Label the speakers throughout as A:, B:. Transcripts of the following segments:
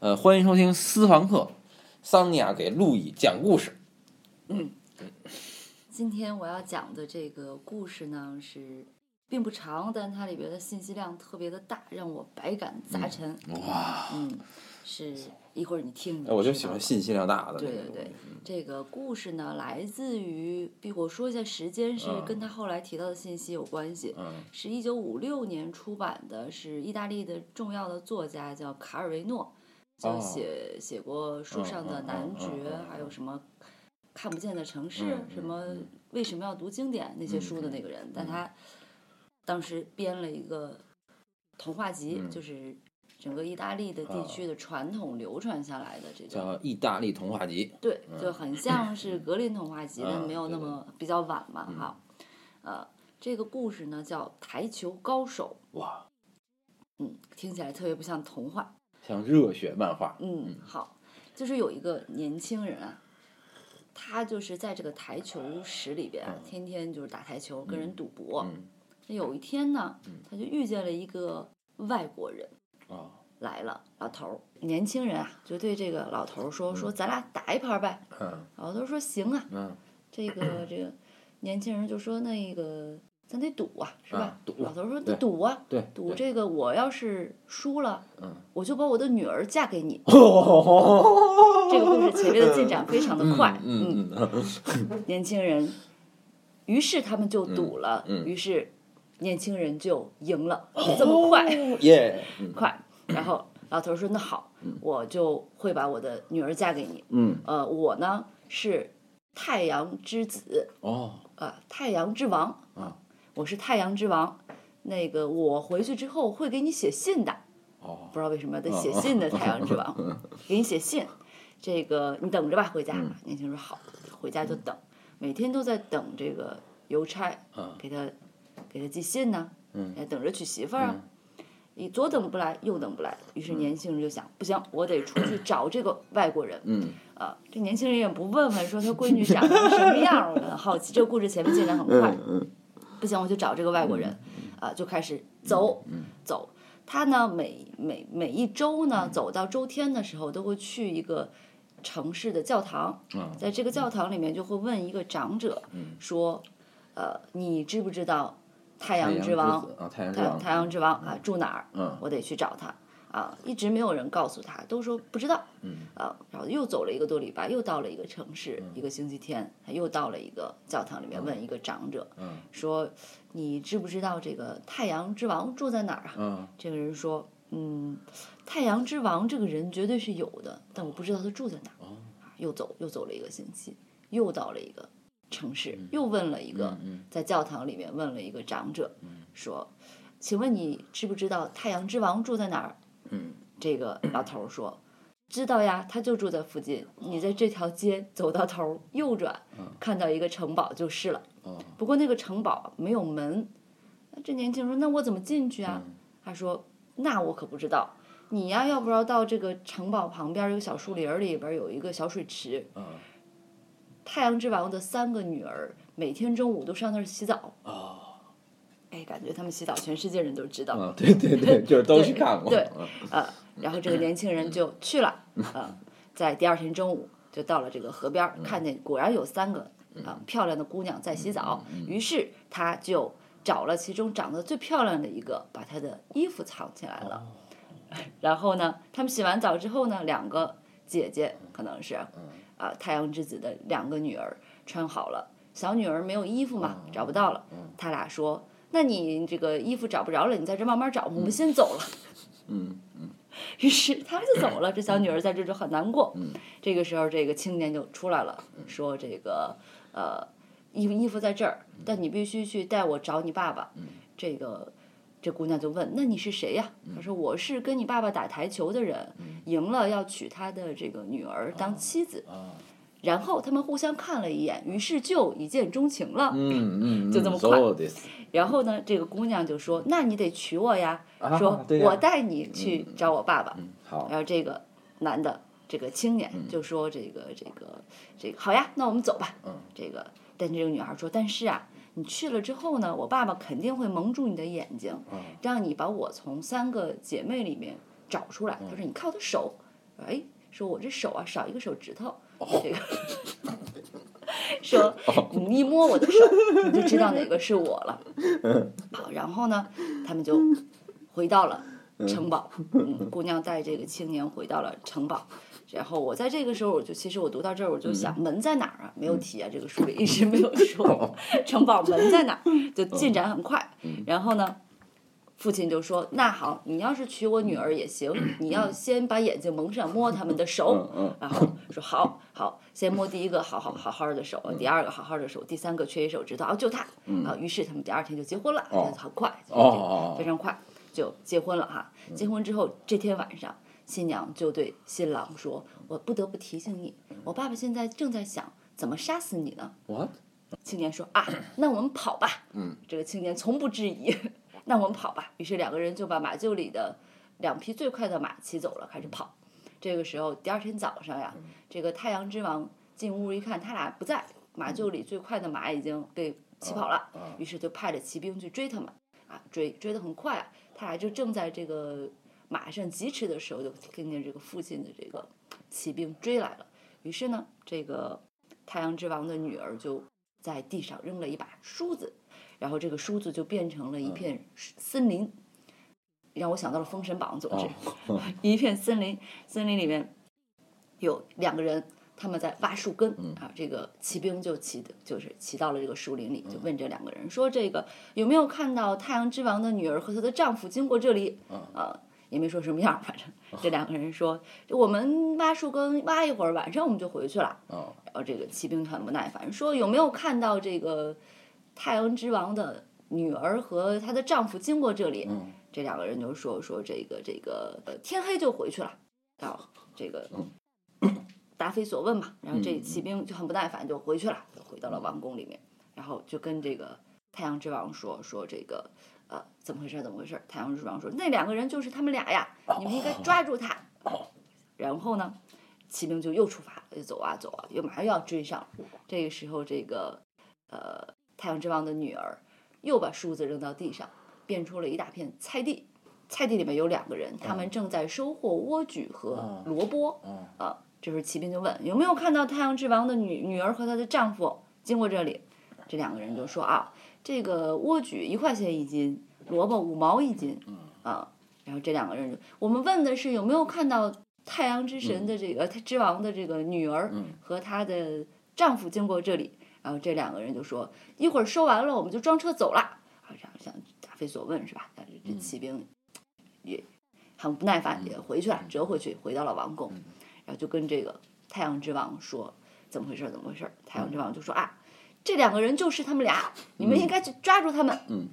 A: 呃，欢迎收听私房课，桑尼亚给路易讲故事。
B: 今天我要讲的这个故事呢是并不长，但它里边的信息量特别的大，让我百感杂陈。
A: 哇，
B: 嗯，是一会儿你听。
A: 哎我就喜欢信息量大的。
B: 对对对，，
A: 嗯
B: 这个故事呢来自于，比我说一下时间是
A: 嗯
B: 跟他后来提到的信息有关系，
A: 嗯
B: 是一九五六年出版的，是意大利的重要的作家叫卡尔维诺，
A: 哦
B: 就写、写过书上的
A: 嗯嗯嗯
B: 男爵，
A: 嗯嗯嗯
B: 还有什么看不见的城市，
A: 嗯嗯
B: 什么
A: 嗯
B: 为什么要读经典那些书的那个人，但他当时编了一个童话集，
A: 嗯
B: 就是整个意大利的地区的传统流传下来的这种。
A: 叫《意大利童话集》。
B: 对，就很像是格林童话集，但
A: 嗯
B: 没有那么比较晚嘛哈。呃，这个故事呢叫《台球高手》，
A: 哇，
B: 嗯，听起来特别不像童话。
A: 像热血漫画。
B: 嗯，好，就是有一个年轻人啊，他就是在这个台球室里边啊，天天就是打台球，跟人赌博。
A: 嗯
B: 那有一天呢，他就遇见了一个外国人
A: 啊，
B: 来了，老头儿，年轻人啊，就对这个老头儿说：“说咱俩打一盘儿呗。”
A: 嗯
B: 老头儿说：“行啊。”
A: 嗯，
B: 这 个这个年轻人就说那个咱得赌啊，是吧
A: 啊？赌
B: 老头说
A: 对
B: 得赌啊，
A: 对，
B: 赌
A: 对。
B: 这个我要是输了，
A: 嗯
B: 我就把我的女儿嫁 给你。
A: 这
B: 这个故事前面的进展非常的快，
A: 哦嗯嗯嗯
B: 年轻人，于是他们就赌了，
A: 嗯嗯
B: 于是年轻人就赢了，这么 快、
A: 嗯，耶，嗯
B: 快。然后老头说那好，我就会把我的女儿嫁给你。
A: 嗯，
B: 呃，我呢是太阳之子，
A: 哦，
B: 啊，太阳之王
A: 啊，
B: 我是太阳之王。那个我回去之后会给你写信的，
A: 哦
B: 不知道为什么得写 信的太阳之王，给你写信。这个你等着吧，回家。
A: 嗯
B: 年轻人说好，回家就等，每天都在等这个邮差
A: 啊
B: 给他给他寄信呢，
A: 嗯嗯
B: 还等着娶媳妇儿啊。你左等不来，右等不来，于是年轻人就想，不行，我得出去找这个外国人。
A: 嗯
B: 啊，这年轻人也不问问说他闺女长成什么样儿，我很好奇。这个故事前面进展很快，不行我就找这个外国人，啊，就开始走走。他呢，每每每一周呢，走到周天的时候，都会去一个城市的教堂，
A: 嗯
B: 在这个教堂里面就会问一个长者说，呃，你知不知道太阳之王
A: 啊，太阳之
B: 太
A: 王，
B: 太阳之王啊住哪儿？
A: 嗯
B: 我得去找他啊，一直没有人告诉他，都说不知道。
A: 嗯
B: 啊，然后又走了一个多礼拜，又到了一个城市，一个星期天，他又到了一个教堂里面问一个长者，
A: 嗯
B: 说你知不知道这个太阳之王住在哪儿啊？
A: 嗯
B: 这个人说，嗯，太阳之王这个人绝对是有的，但我不知道他住在哪儿。
A: 哦
B: 啊又走又走了一个星期，又到了一个城市，又问了一个，
A: 嗯
B: 在教堂里面问了一个长者，说，请问你知不知道太阳之王住在哪儿？
A: 嗯，
B: 这个老头儿说：“知道呀，他就住在附近。你在这条街走到头儿右转，看到一个城堡就是了。
A: 哦
B: 不过那个城堡没有门。”这年轻人说：“那我怎么进去啊？”他说：“那我可不知道。你呀，要不要到这个城堡旁边儿有个小树林儿里边儿有一个小水池？
A: 嗯
B: 太阳之王的三个女儿每天中午都上那儿洗澡。
A: 哦，
B: 哎，感觉他们洗澡，全世界人都知道。
A: 啊，对对对，就是都去看过，嗯
B: 对呃，然后这个年轻人就去了，呃，在第二天中午就到了这个河边儿，看见果然有三个啊、呃漂亮的姑娘在洗澡，于是他就找了其中长得最漂亮的一个，把她的衣服藏起来了。然后呢，他们洗完澡之后呢，两个姐姐可能是啊、太阳之子的两个女儿穿好了，小女儿没有衣服嘛，找不到了，他俩说。那你这个衣服找不着了，你在这慢慢找，我们先走了。于是他们就走了。这小女儿在这就很难过。
A: 嗯
B: 这个时候，这个青年就出来了，说这个呃，衣服衣服在这儿，
A: 嗯
B: 但你必须去带我找你爸爸。这个这姑娘就问：“那你是谁呀？”
A: 嗯
B: 她说：“我是跟你爸爸打台球的人，赢了要娶他的这个女
A: 哦
B: 儿当妻子。
A: 啊，”
B: 然后他们互相看了一眼，于是就一见钟情了。
A: 嗯嗯，
B: 就这么
A: 快
B: 快。然后呢，这个姑娘就说：“那你得娶我呀！”
A: 啊
B: 说：“
A: 对呀嗯
B: 我带你去找我爸爸。
A: 好
B: 然，后这个男的这个青年
A: 嗯
B: 就说这个、这个这个好呀，那我们走吧。
A: 嗯
B: 这个，但这个女孩说，但是啊，你去了之后呢，我爸爸肯定会蒙住你的眼睛，
A: 嗯嗯
B: 让你把我从三个姐妹里面找出来。他说，你看我的手。说哎，说我这手啊少一个手指头，
A: 哦
B: 这个说你一摸我的手，你就知道哪个是我了。好，然后呢，他们就回到了城堡，嗯，姑娘带这个青年回到了城堡。然后我在这个时候，我就其实我读到这儿，我就想门在哪儿啊？没有提啊，这个书里一直没有说 城堡门在哪儿，就进展很快。嗯然后呢，父亲就说：“那好，你要是娶我女儿也行，你要先把眼睛蒙上，摸他们的手。
A: 嗯
B: 然后说好好，先摸第一个好好好好的手，第二个好好的手，第三个缺一手指头，啊，就他。啊，于是他们第二天就结婚了，
A: 嗯哦
B: 很快，就
A: 哦
B: 是这个
A: 哦嗯
B: 非常快就结婚了哈。结婚之后，这天晚上，新娘就对新郎说：“我不得不提醒你，我爸爸现在正在想怎么杀死你呢。
A: ，what？”
B: 青年说：“啊，那我们跑吧。”嗯，这个青年从不质疑，那我们跑吧。于是两个人就把马厩里的两匹最快的马骑走了，开始跑。这个时候，第二天早上呀，这个太阳之王进屋一看，他俩不在，马厩里最快的马已经被骑跑了，于是就派着骑兵去追他们。啊，追追得很快啊，他俩就正在这个马上疾驰的时候，就听见这个附近的这个骑兵追来了。于是呢，这个太阳之王的女儿就在地上扔了一把梳子，然后这个梳子就变成了一片森林，让我想到了《封神榜》。
A: 哦
B: 总之，一片森林，森林里面有两个人，他们在挖树根、啊。这个骑兵就骑的，就是骑到了这个树林里，就问这两个人说：“这个有没有看到太阳之王的女儿和她的丈夫经过这里？”啊，也没说什么样儿，反正这两个人说：“我们挖树根挖一会儿，晚上我们就回去了。”
A: 哦
B: 然后这个骑兵很不耐烦，说有没有看到这个太阳之王的女儿和她的丈夫经过这里？
A: 嗯
B: 这两个人就说说这个这个、呃、天黑就回去了，然后这个、答非所问嘛，然后这骑兵就很不耐烦，就回去了，就回到了王宫里面，然后就跟这个太阳之王说说这个呃怎么回事怎么回事？太阳之王说那两个人就是他们俩呀，你们应该抓住他。然后呢，骑兵就又出发了，就走啊走啊，又马上又要追上了。这个时候，这个呃太阳之王的女儿又把梳子扔到地上，变出了一大片菜地。菜地里面有两个人，他们正在收获莴苣和萝卜。
A: 哦
B: 啊，这时候骑兵就问有没有看到太阳之王的女女儿和她的丈夫经过这里？这两个人就说啊，这个莴苣一块钱一斤，萝卜五毛一斤。啊，然后这两个人就我们问的是有没有看到太阳之神的这个、他之王的这个女儿和她的丈夫经过这里，然后这两个人就说一会儿收完了我们就装车走了，啊，这样像答非所问是吧？但是这骑兵也很不耐烦，也回去了，折回去回到了王宫，然后就跟这个太阳之王说怎么回事儿？怎么回事儿？太阳之王就说啊，这两个人就是他们俩，你们应该去抓住他们。
A: 嗯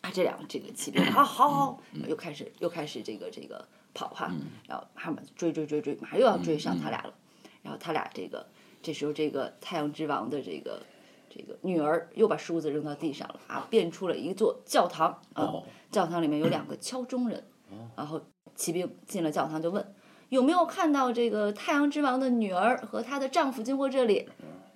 B: 啊，这两个这个骑兵，好好好，又开始又开始这个这个跑哈，然后他们追追追追，马上又要追上他俩了，然后他俩这个这时候这个太阳之王的这个这个女儿又把梳子扔到地上了啊，变出了一座教堂啊，
A: 哦
B: 教堂里面有两个敲钟人，然后骑兵进了教堂就问有没有看到这个太阳之王的女儿和她的丈夫经过这里。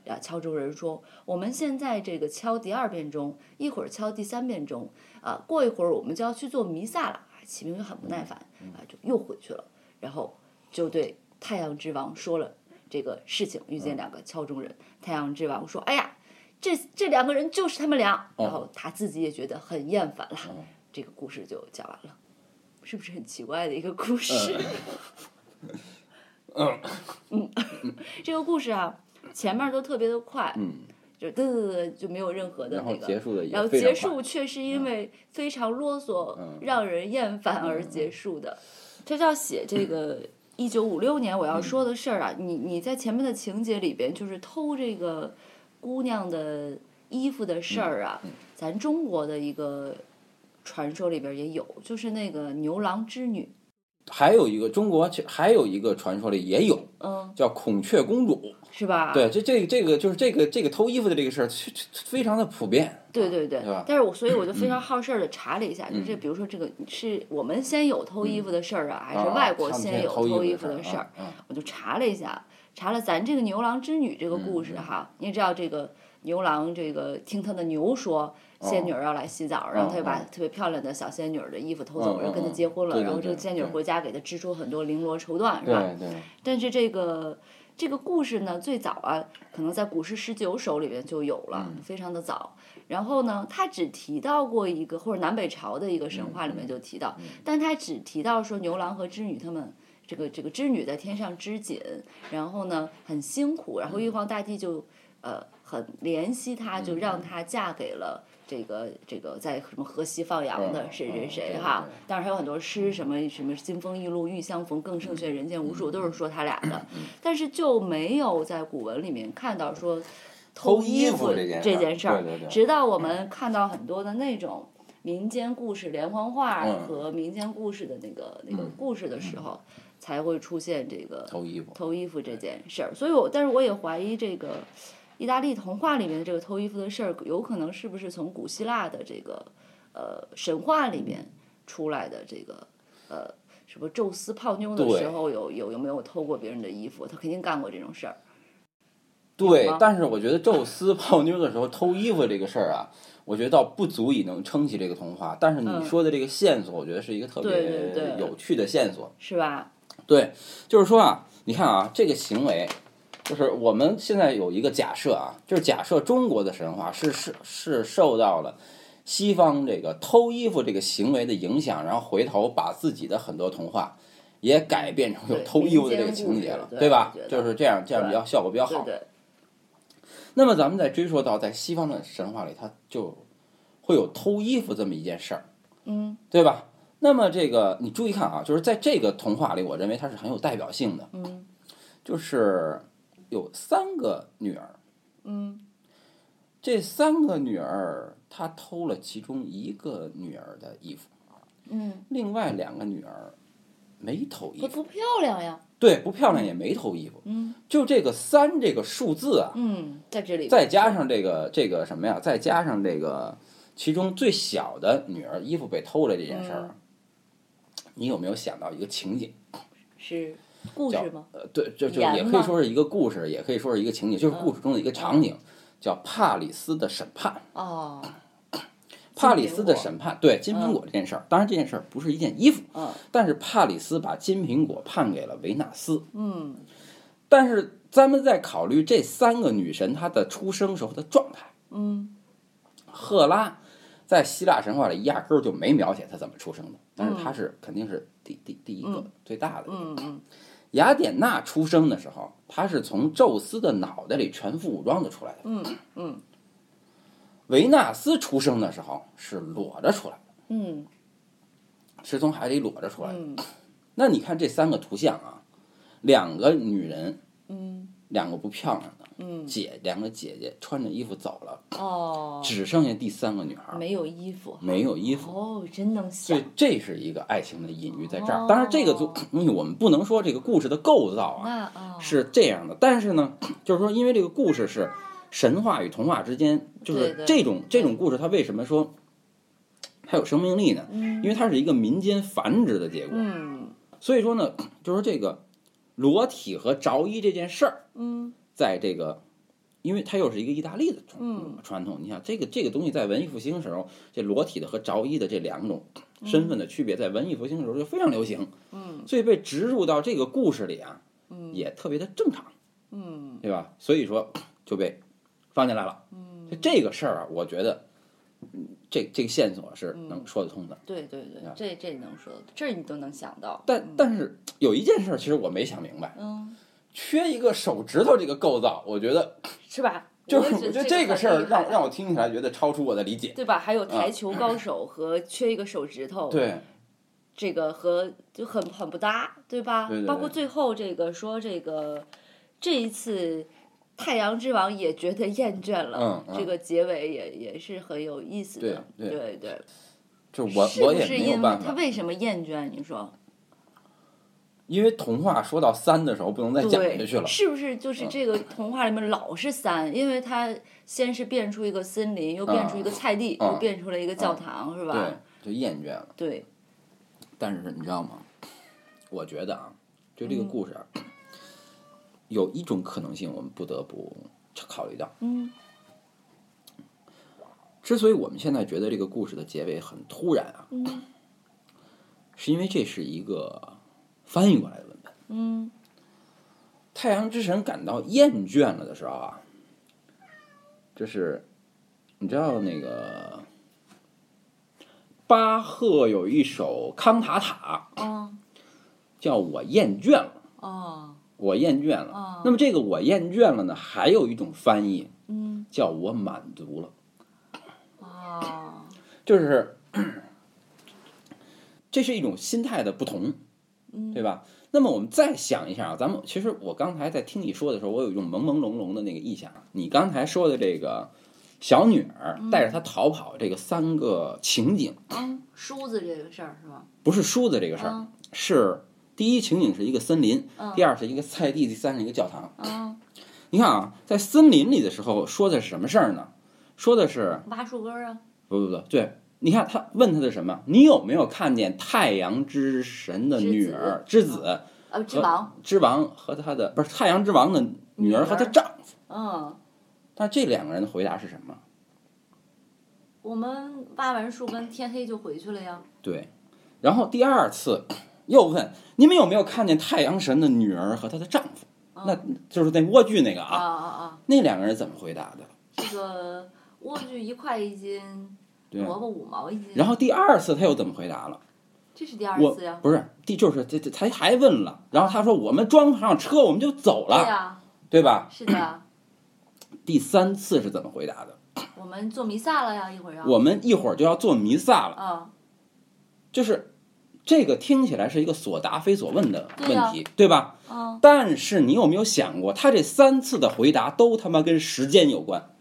B: 啊，敲钟人说：“我们现在这个敲第二遍钟，一会儿敲第三遍钟，啊，过一会儿我们就要去做弥撒了。”啊，骑兵就很不耐烦，
A: 嗯
B: 啊，就又回去了，然后就对太阳之王说了这个事情，
A: 嗯
B: 遇见两个敲钟人，太阳之王说：“哎呀，这这两个人就是他们俩。”
A: 哦
B: 然后他自己也觉得很厌烦了，这个故事就讲完了，是不是很奇怪的一个
A: 嗯
B: 故 事？嗯
A: 嗯
B: 这个故事啊，前面都特别的快，就嘚嘚嘚就没有任何的
A: 然后
B: 那
A: 结
B: 个。
A: 束的也
B: 然后
A: 非常嗯
B: 结束却是因为非常啰嗦，让人厌烦而
A: 嗯
B: 结束的。这要写这 个一九五六年我
A: 嗯
B: 要说的事儿啊，你你在前面的情节里边就是偷这个姑娘的衣服的事儿
A: 嗯
B: 啊，咱中国的一个传说里边也有，就是那个牛郎织女，
A: 快。还有一个中国，还有一个传说里也有
B: 嗯，
A: 叫孔雀公主。
B: 是吧？
A: 对，这这这个就是这个这个偷衣服的这个事儿，其实非常的普遍。
B: 对对对
A: 嗯对吧，嗯
B: 但是我所以我就非常好事儿的查了一下，就是比如说这个是我们先有偷衣服的事儿啊，还是外国先有偷衣服的事儿？
A: 啊
B: 我就查了一下，查了咱这个
A: 嗯
B: 牛郎织女这个故事哈，你也知道这个牛郎这个听他的牛说，
A: 哦
B: 仙女儿要来洗澡，然后他就把特别漂亮的小仙女儿的衣服偷走，
A: 嗯
B: 然后跟他结
A: 嗯
B: 婚了，
A: 对对
B: 然后这个
A: 对
B: 仙女儿
A: 对
B: 回家给他织出很多绫罗绸缎，是吧？
A: 对对，
B: 但是这个这个故事呢，最早啊，可能在古诗十九首里边就有了，
A: 嗯
B: 非常的早。然后呢，他只提到过一个，或者南北朝的一个神话里面就提到，
A: 嗯
B: 但他只提到说牛郎和织女他们。这个这个织女在天上织锦，然后呢很辛苦，然后玉皇大帝就呃很怜惜她，
A: 嗯
B: 就让她嫁给了这个这个在什么河西放羊的
A: 嗯
B: 谁谁
A: 嗯
B: 谁
A: 对
B: 哈
A: 对，嗯
B: 当然还有很多诗，什么什么“金风玉露欲相逢，更胜却人间无数”，都是说他俩的，但是就没有在古文里面看到说
A: 偷
B: 衣
A: 衣
B: 服
A: 服
B: 这
A: 这件
B: 事儿
A: 对嗯对，对
B: 直到我们看到很多的那种民间故事连环画
A: 嗯
B: 和民间故事的那个那个故事的时候，才会出现这个
A: 偷衣服。
B: 偷衣服这件事儿。所以我，但是我也怀疑这个意大利童话里面的这个偷衣服的事儿，有可能是不是从古希腊的这个呃神话里面出来的这个呃什么宙斯泡妞的
A: 对
B: 时候有有有没有偷过别人的衣服？他肯定干过这种事儿。
A: 对
B: 吗，
A: 但是我觉得宙斯泡妞的时候偷衣服这个事儿啊，我觉得倒不足以能撑起这个童话。但是
B: 嗯
A: 你说的这个线索，我觉得是一个特
B: 对对对
A: 别有趣的线索。
B: 是吧？
A: 对，就是说啊，你看啊，这个行为，就是我们现在有一个假设啊，就是假设中国的神话是是是受到了西方这个偷衣服这个行为的影响，然后回头把自己的很多童话也改变成有
B: 对
A: 偷衣服的这个
B: 民间
A: 情节
B: 故事
A: 了，
B: 对
A: 对吧
B: 我觉得？
A: 就是这样，这样比较效果比较
B: 对
A: 好。
B: 对，
A: 那么咱们再追溯到在西方的神话里，它就会有偷衣服这么一件事儿，
B: 嗯
A: 对吧？那么这个你注意看啊，就是在这个童话里，我认为它是很有代表性的。
B: 嗯
A: 就是有三个女儿，
B: 嗯，
A: 这三个女儿她偷了其中一个女儿的衣服，
B: 嗯，
A: 另外两个女儿没偷衣
B: 不
A: 服，
B: 不漂亮呀。
A: 对，不漂亮也没偷衣服，
B: 嗯
A: 就这个三这个数字啊，
B: 嗯，在这里
A: 再加上这个这个什么呀，再加上这个其中最小的女儿衣服被偷了这件事儿啊，你有没有想到一个情景？
B: 是故
A: 叫
B: 事吗？
A: 呃，对，就就
B: 盐
A: 也可
B: 吗
A: 以说是一个故事，也可以说是一个情景，就是故事中的一个场景，叫帕里斯的审判。
B: 哦，
A: 帕里斯的
B: 金苹果
A: 审判，对金苹果这件事儿，当然这件事儿不是一件衣服，
B: 嗯
A: 但是帕里斯把金苹果判给了维纳斯。
B: 嗯
A: 但是咱们在考虑这三个女神她的出生时候的状态，
B: 嗯
A: 赫拉在希腊神话里压根儿就没描写她怎么出生的，但是她是肯定是第第第一个
B: 嗯
A: 最大的。
B: 嗯嗯，
A: 雅典娜出生的时候，她是从宙斯的脑袋里全副武装的出来的。
B: 嗯嗯
A: 维纳斯出生的时候是裸着出来的，
B: 嗯
A: 是从海里裸着出来的。
B: 嗯
A: 那你看这三个图像啊，两个女人，
B: 嗯
A: 两个不漂亮的
B: 嗯，
A: 姐，两个姐姐穿着衣服走了，
B: 哦，
A: 只剩下第三个女孩儿
B: 没有衣服，
A: 没有衣服。
B: 哦，真能
A: 所
B: 想
A: 以，这是一个爱情的隐喻在这儿。
B: 哦
A: 当然，这个就 我们不能说这个故事的构造啊
B: 那啊、哦，
A: 是这样的，但是呢，就是说，因为这个故事是神话与童话之间，就
B: 对
A: 是
B: 对
A: 这种这种故事，它为什么说它有生命力呢？因为它是一个民间繁殖的结果。
B: 嗯
A: 所以说呢，就是这个裸体和着衣这件事儿，
B: 嗯
A: 在这个，因为它又是一个意大利的传
B: 嗯
A: 传统，你想这个这个东西在文艺复兴时候，这裸体的和着衣的这两种身份的区别，在文艺复兴时候就非常流行，
B: 嗯
A: 所以被植入到这个故事里啊，
B: 嗯
A: 也特别的正常，
B: 嗯
A: 对吧？所以说就被放进来了。
B: 嗯
A: 就这个事儿啊，我觉得。嗯这这个线索是
B: 嗯
A: 能说得通的，
B: 对对对
A: 啊，
B: 这这能说，这你都能想到，
A: 但但是有一件事儿，其实我没想明白，
B: 嗯，
A: 缺一个手指头这个构造，我觉得
B: 是吧？
A: 就是
B: 我
A: 我
B: 也
A: 觉得
B: 觉得
A: 这个
B: 个
A: 事儿
B: 很厉害
A: 让让我听起来觉得超出我的理解。
B: 对吧？还有台球高手和缺一个手指头，
A: 对，
B: 这个和就很很不搭，对吧？
A: 对对对
B: 包括最后这个说这个这一次。太阳之王也觉得厌倦了，
A: 嗯嗯
B: 这个结尾也也是很有意思的，
A: 对对
B: 对对。
A: 就是我
B: 是
A: 我
B: 不
A: 也
B: 是
A: 没有
B: 因
A: 办
B: 为他
A: 法，
B: 为什么厌倦？你说
A: 因为童话说到三的时候不能再讲下去了嗯
B: 对，。是不是就是这个童话里面老是三？因为他先是变出一个森林，又变出一个菜地，
A: 嗯
B: 又变出了一个教堂，是
A: 对
B: 吧？，
A: 就厌倦了。
B: 对，
A: 但是你知道吗？我觉得啊，就
B: 嗯
A: 这个故事啊，有一种可能性我们不得不考虑到，
B: 嗯
A: 之所以我们现在觉得这个故事的结尾很突然啊，
B: 嗯
A: 是因为这是一个翻译过来的文本。
B: 嗯
A: 太阳之神感到厌倦了的时候啊，就是你知道那个巴赫有一首康塔塔
B: 哦
A: 叫《我厌倦了》，
B: 哦
A: 我厌倦了。
B: 哦
A: 那么这个我厌倦了呢，还有一种翻译
B: 嗯
A: 叫我满足了，
B: 哦
A: 就是这是一种心态的不同，
B: 嗯
A: 对吧？那么我们再想一下啊，咱们其实我刚才在听你说的时候，我有一种朦朦胧胧的那个意象。啊你刚才说的这个小女儿带着她逃跑这个三个情景，
B: 嗯，梳子这个事儿是吧？
A: 不是梳子这个事儿，
B: 嗯
A: 是第一情景是一个森林，
B: 嗯
A: 第二是一个菜地，第三是一个教堂。
B: 嗯，
A: 你看啊，在森林里的时候说的是什么事儿呢？说的是
B: 挖树根儿啊，
A: 不不不对，你看他问他的什么？你有没有看见太阳之神的女儿之子
B: 呃，织网，
A: 之王和他的不是太阳之王的女儿和她
B: 女儿
A: 丈夫？
B: 嗯，
A: 那这两个人的回答是什么？
B: 我们挖完树根，天黑就回去了呀。
A: 对，然后第二次 又问你们有没有看见太阳神的女儿和她的丈夫？那就是那莴苣那个
B: 嗯啊
A: 啊，
B: 啊啊！
A: 那两个人怎么回答的？
B: 这个莴苣一块一斤，
A: 对吧
B: 萝卜五毛一斤，
A: 然后第二次他又怎么回答了？
B: 这是第二
A: 我
B: 次呀。
A: 不是第就是这这他还问了，然后他说我们装上车我们就走
B: 对啊
A: 了，
B: 呀，
A: 对吧？
B: 是的，
A: 第三次是怎么回答的？
B: 我们做弥撒了呀，一会儿要。
A: 我们一会儿就要做弥撒了，
B: 啊，
A: 就是这个听起来是一个所答非所问的
B: 对
A: 问
B: 呀
A: 题，对吧？
B: 嗯，
A: 但是你有没有想过，他这三次的回答都他妈跟时间有关，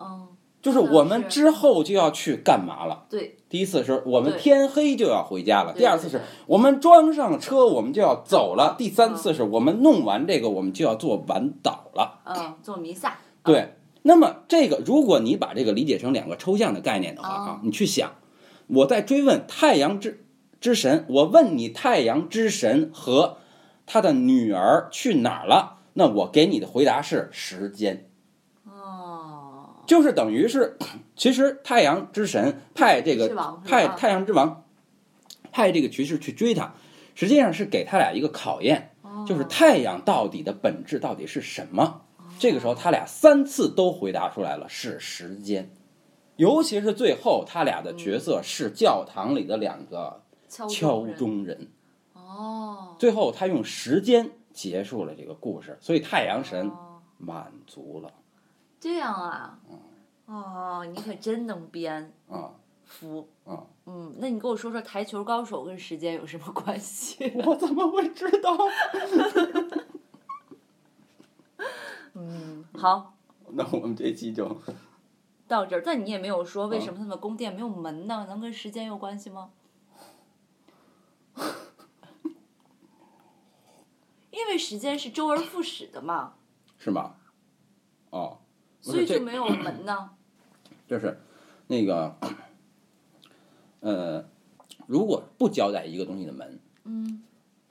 B: 嗯，
A: 就是
B: 是的
A: 我们
B: 是
A: 之后就要去干嘛了。
B: 对，
A: 第一次是我们
B: 对
A: 天黑就要回家了，
B: 对嗯
A: 第二次是我们装上车我们就要走了，第三次是我们弄完这个我们就要做晚祷了。
B: 嗯，做弥撒。
A: 对，那么这个，如果你把这个理解成两个抽象的概念的话啊
B: 哦，
A: 你去想，我在追问太阳之之神，我问你太阳之神和他的女儿去哪儿了？那我给你的回答是时间，
B: 哦，
A: 就是等于是， 其实太阳之神派这
B: 是
A: 个
B: 吧
A: 派
B: 是吧
A: 太阳之王派这个骑士去追他，实际上是给他俩一个考验。
B: 哦
A: 就是太阳到底的本质到底是什么？这个时候他俩三次都回答出来了，是时间。尤其是最后，他俩的角色是教堂里的两个
B: 敲
A: 敲
B: 嗯人。
A: 钟人。
B: 哦，
A: 最后，他用时间结束了这个故事，所以太阳神
B: 哦
A: 满足了
B: 这样啊。
A: 嗯
B: 哦，你可真能编，
A: 啊！
B: 服。
A: 嗯
B: 嗯，那你给我说说台球高手跟时间有什么关系？
A: 我怎么会知道？
B: 嗯，好，
A: 那我们这期就
B: 到这儿。但你也没有说为
A: 嗯
B: 什么他们的宫殿没有门呢？能跟时间有关系吗？ 因为时间是周而复始的嘛，
A: 是吗？哦，不
B: 所
A: 是
B: 以
A: 这
B: 就没有门呢。
A: 就是那个，呃，如果不交代一个东西的门，
B: 嗯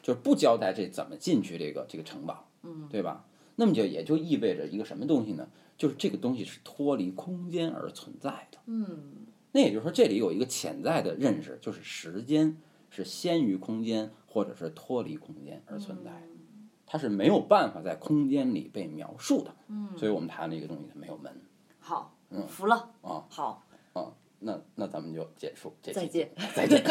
A: 就是不交代这怎么进去这个这个城堡，
B: 嗯，
A: 对吧？那么就也就意味着一个什么东西呢？就是这个东西是脱离空间而存在的。
B: 嗯
A: 那也就是说，这里有一个潜在的认识，就是时间是先于空间，或者是脱离空间而存在
B: 嗯
A: 的，它是没有办法在空间里被描述的。
B: 嗯，
A: 所以我们谈这个东西它没有门。
B: 好
A: 嗯，
B: 服了。
A: 啊
B: 好，
A: 那那咱们就结束这期，
B: 再见。
A: 再见。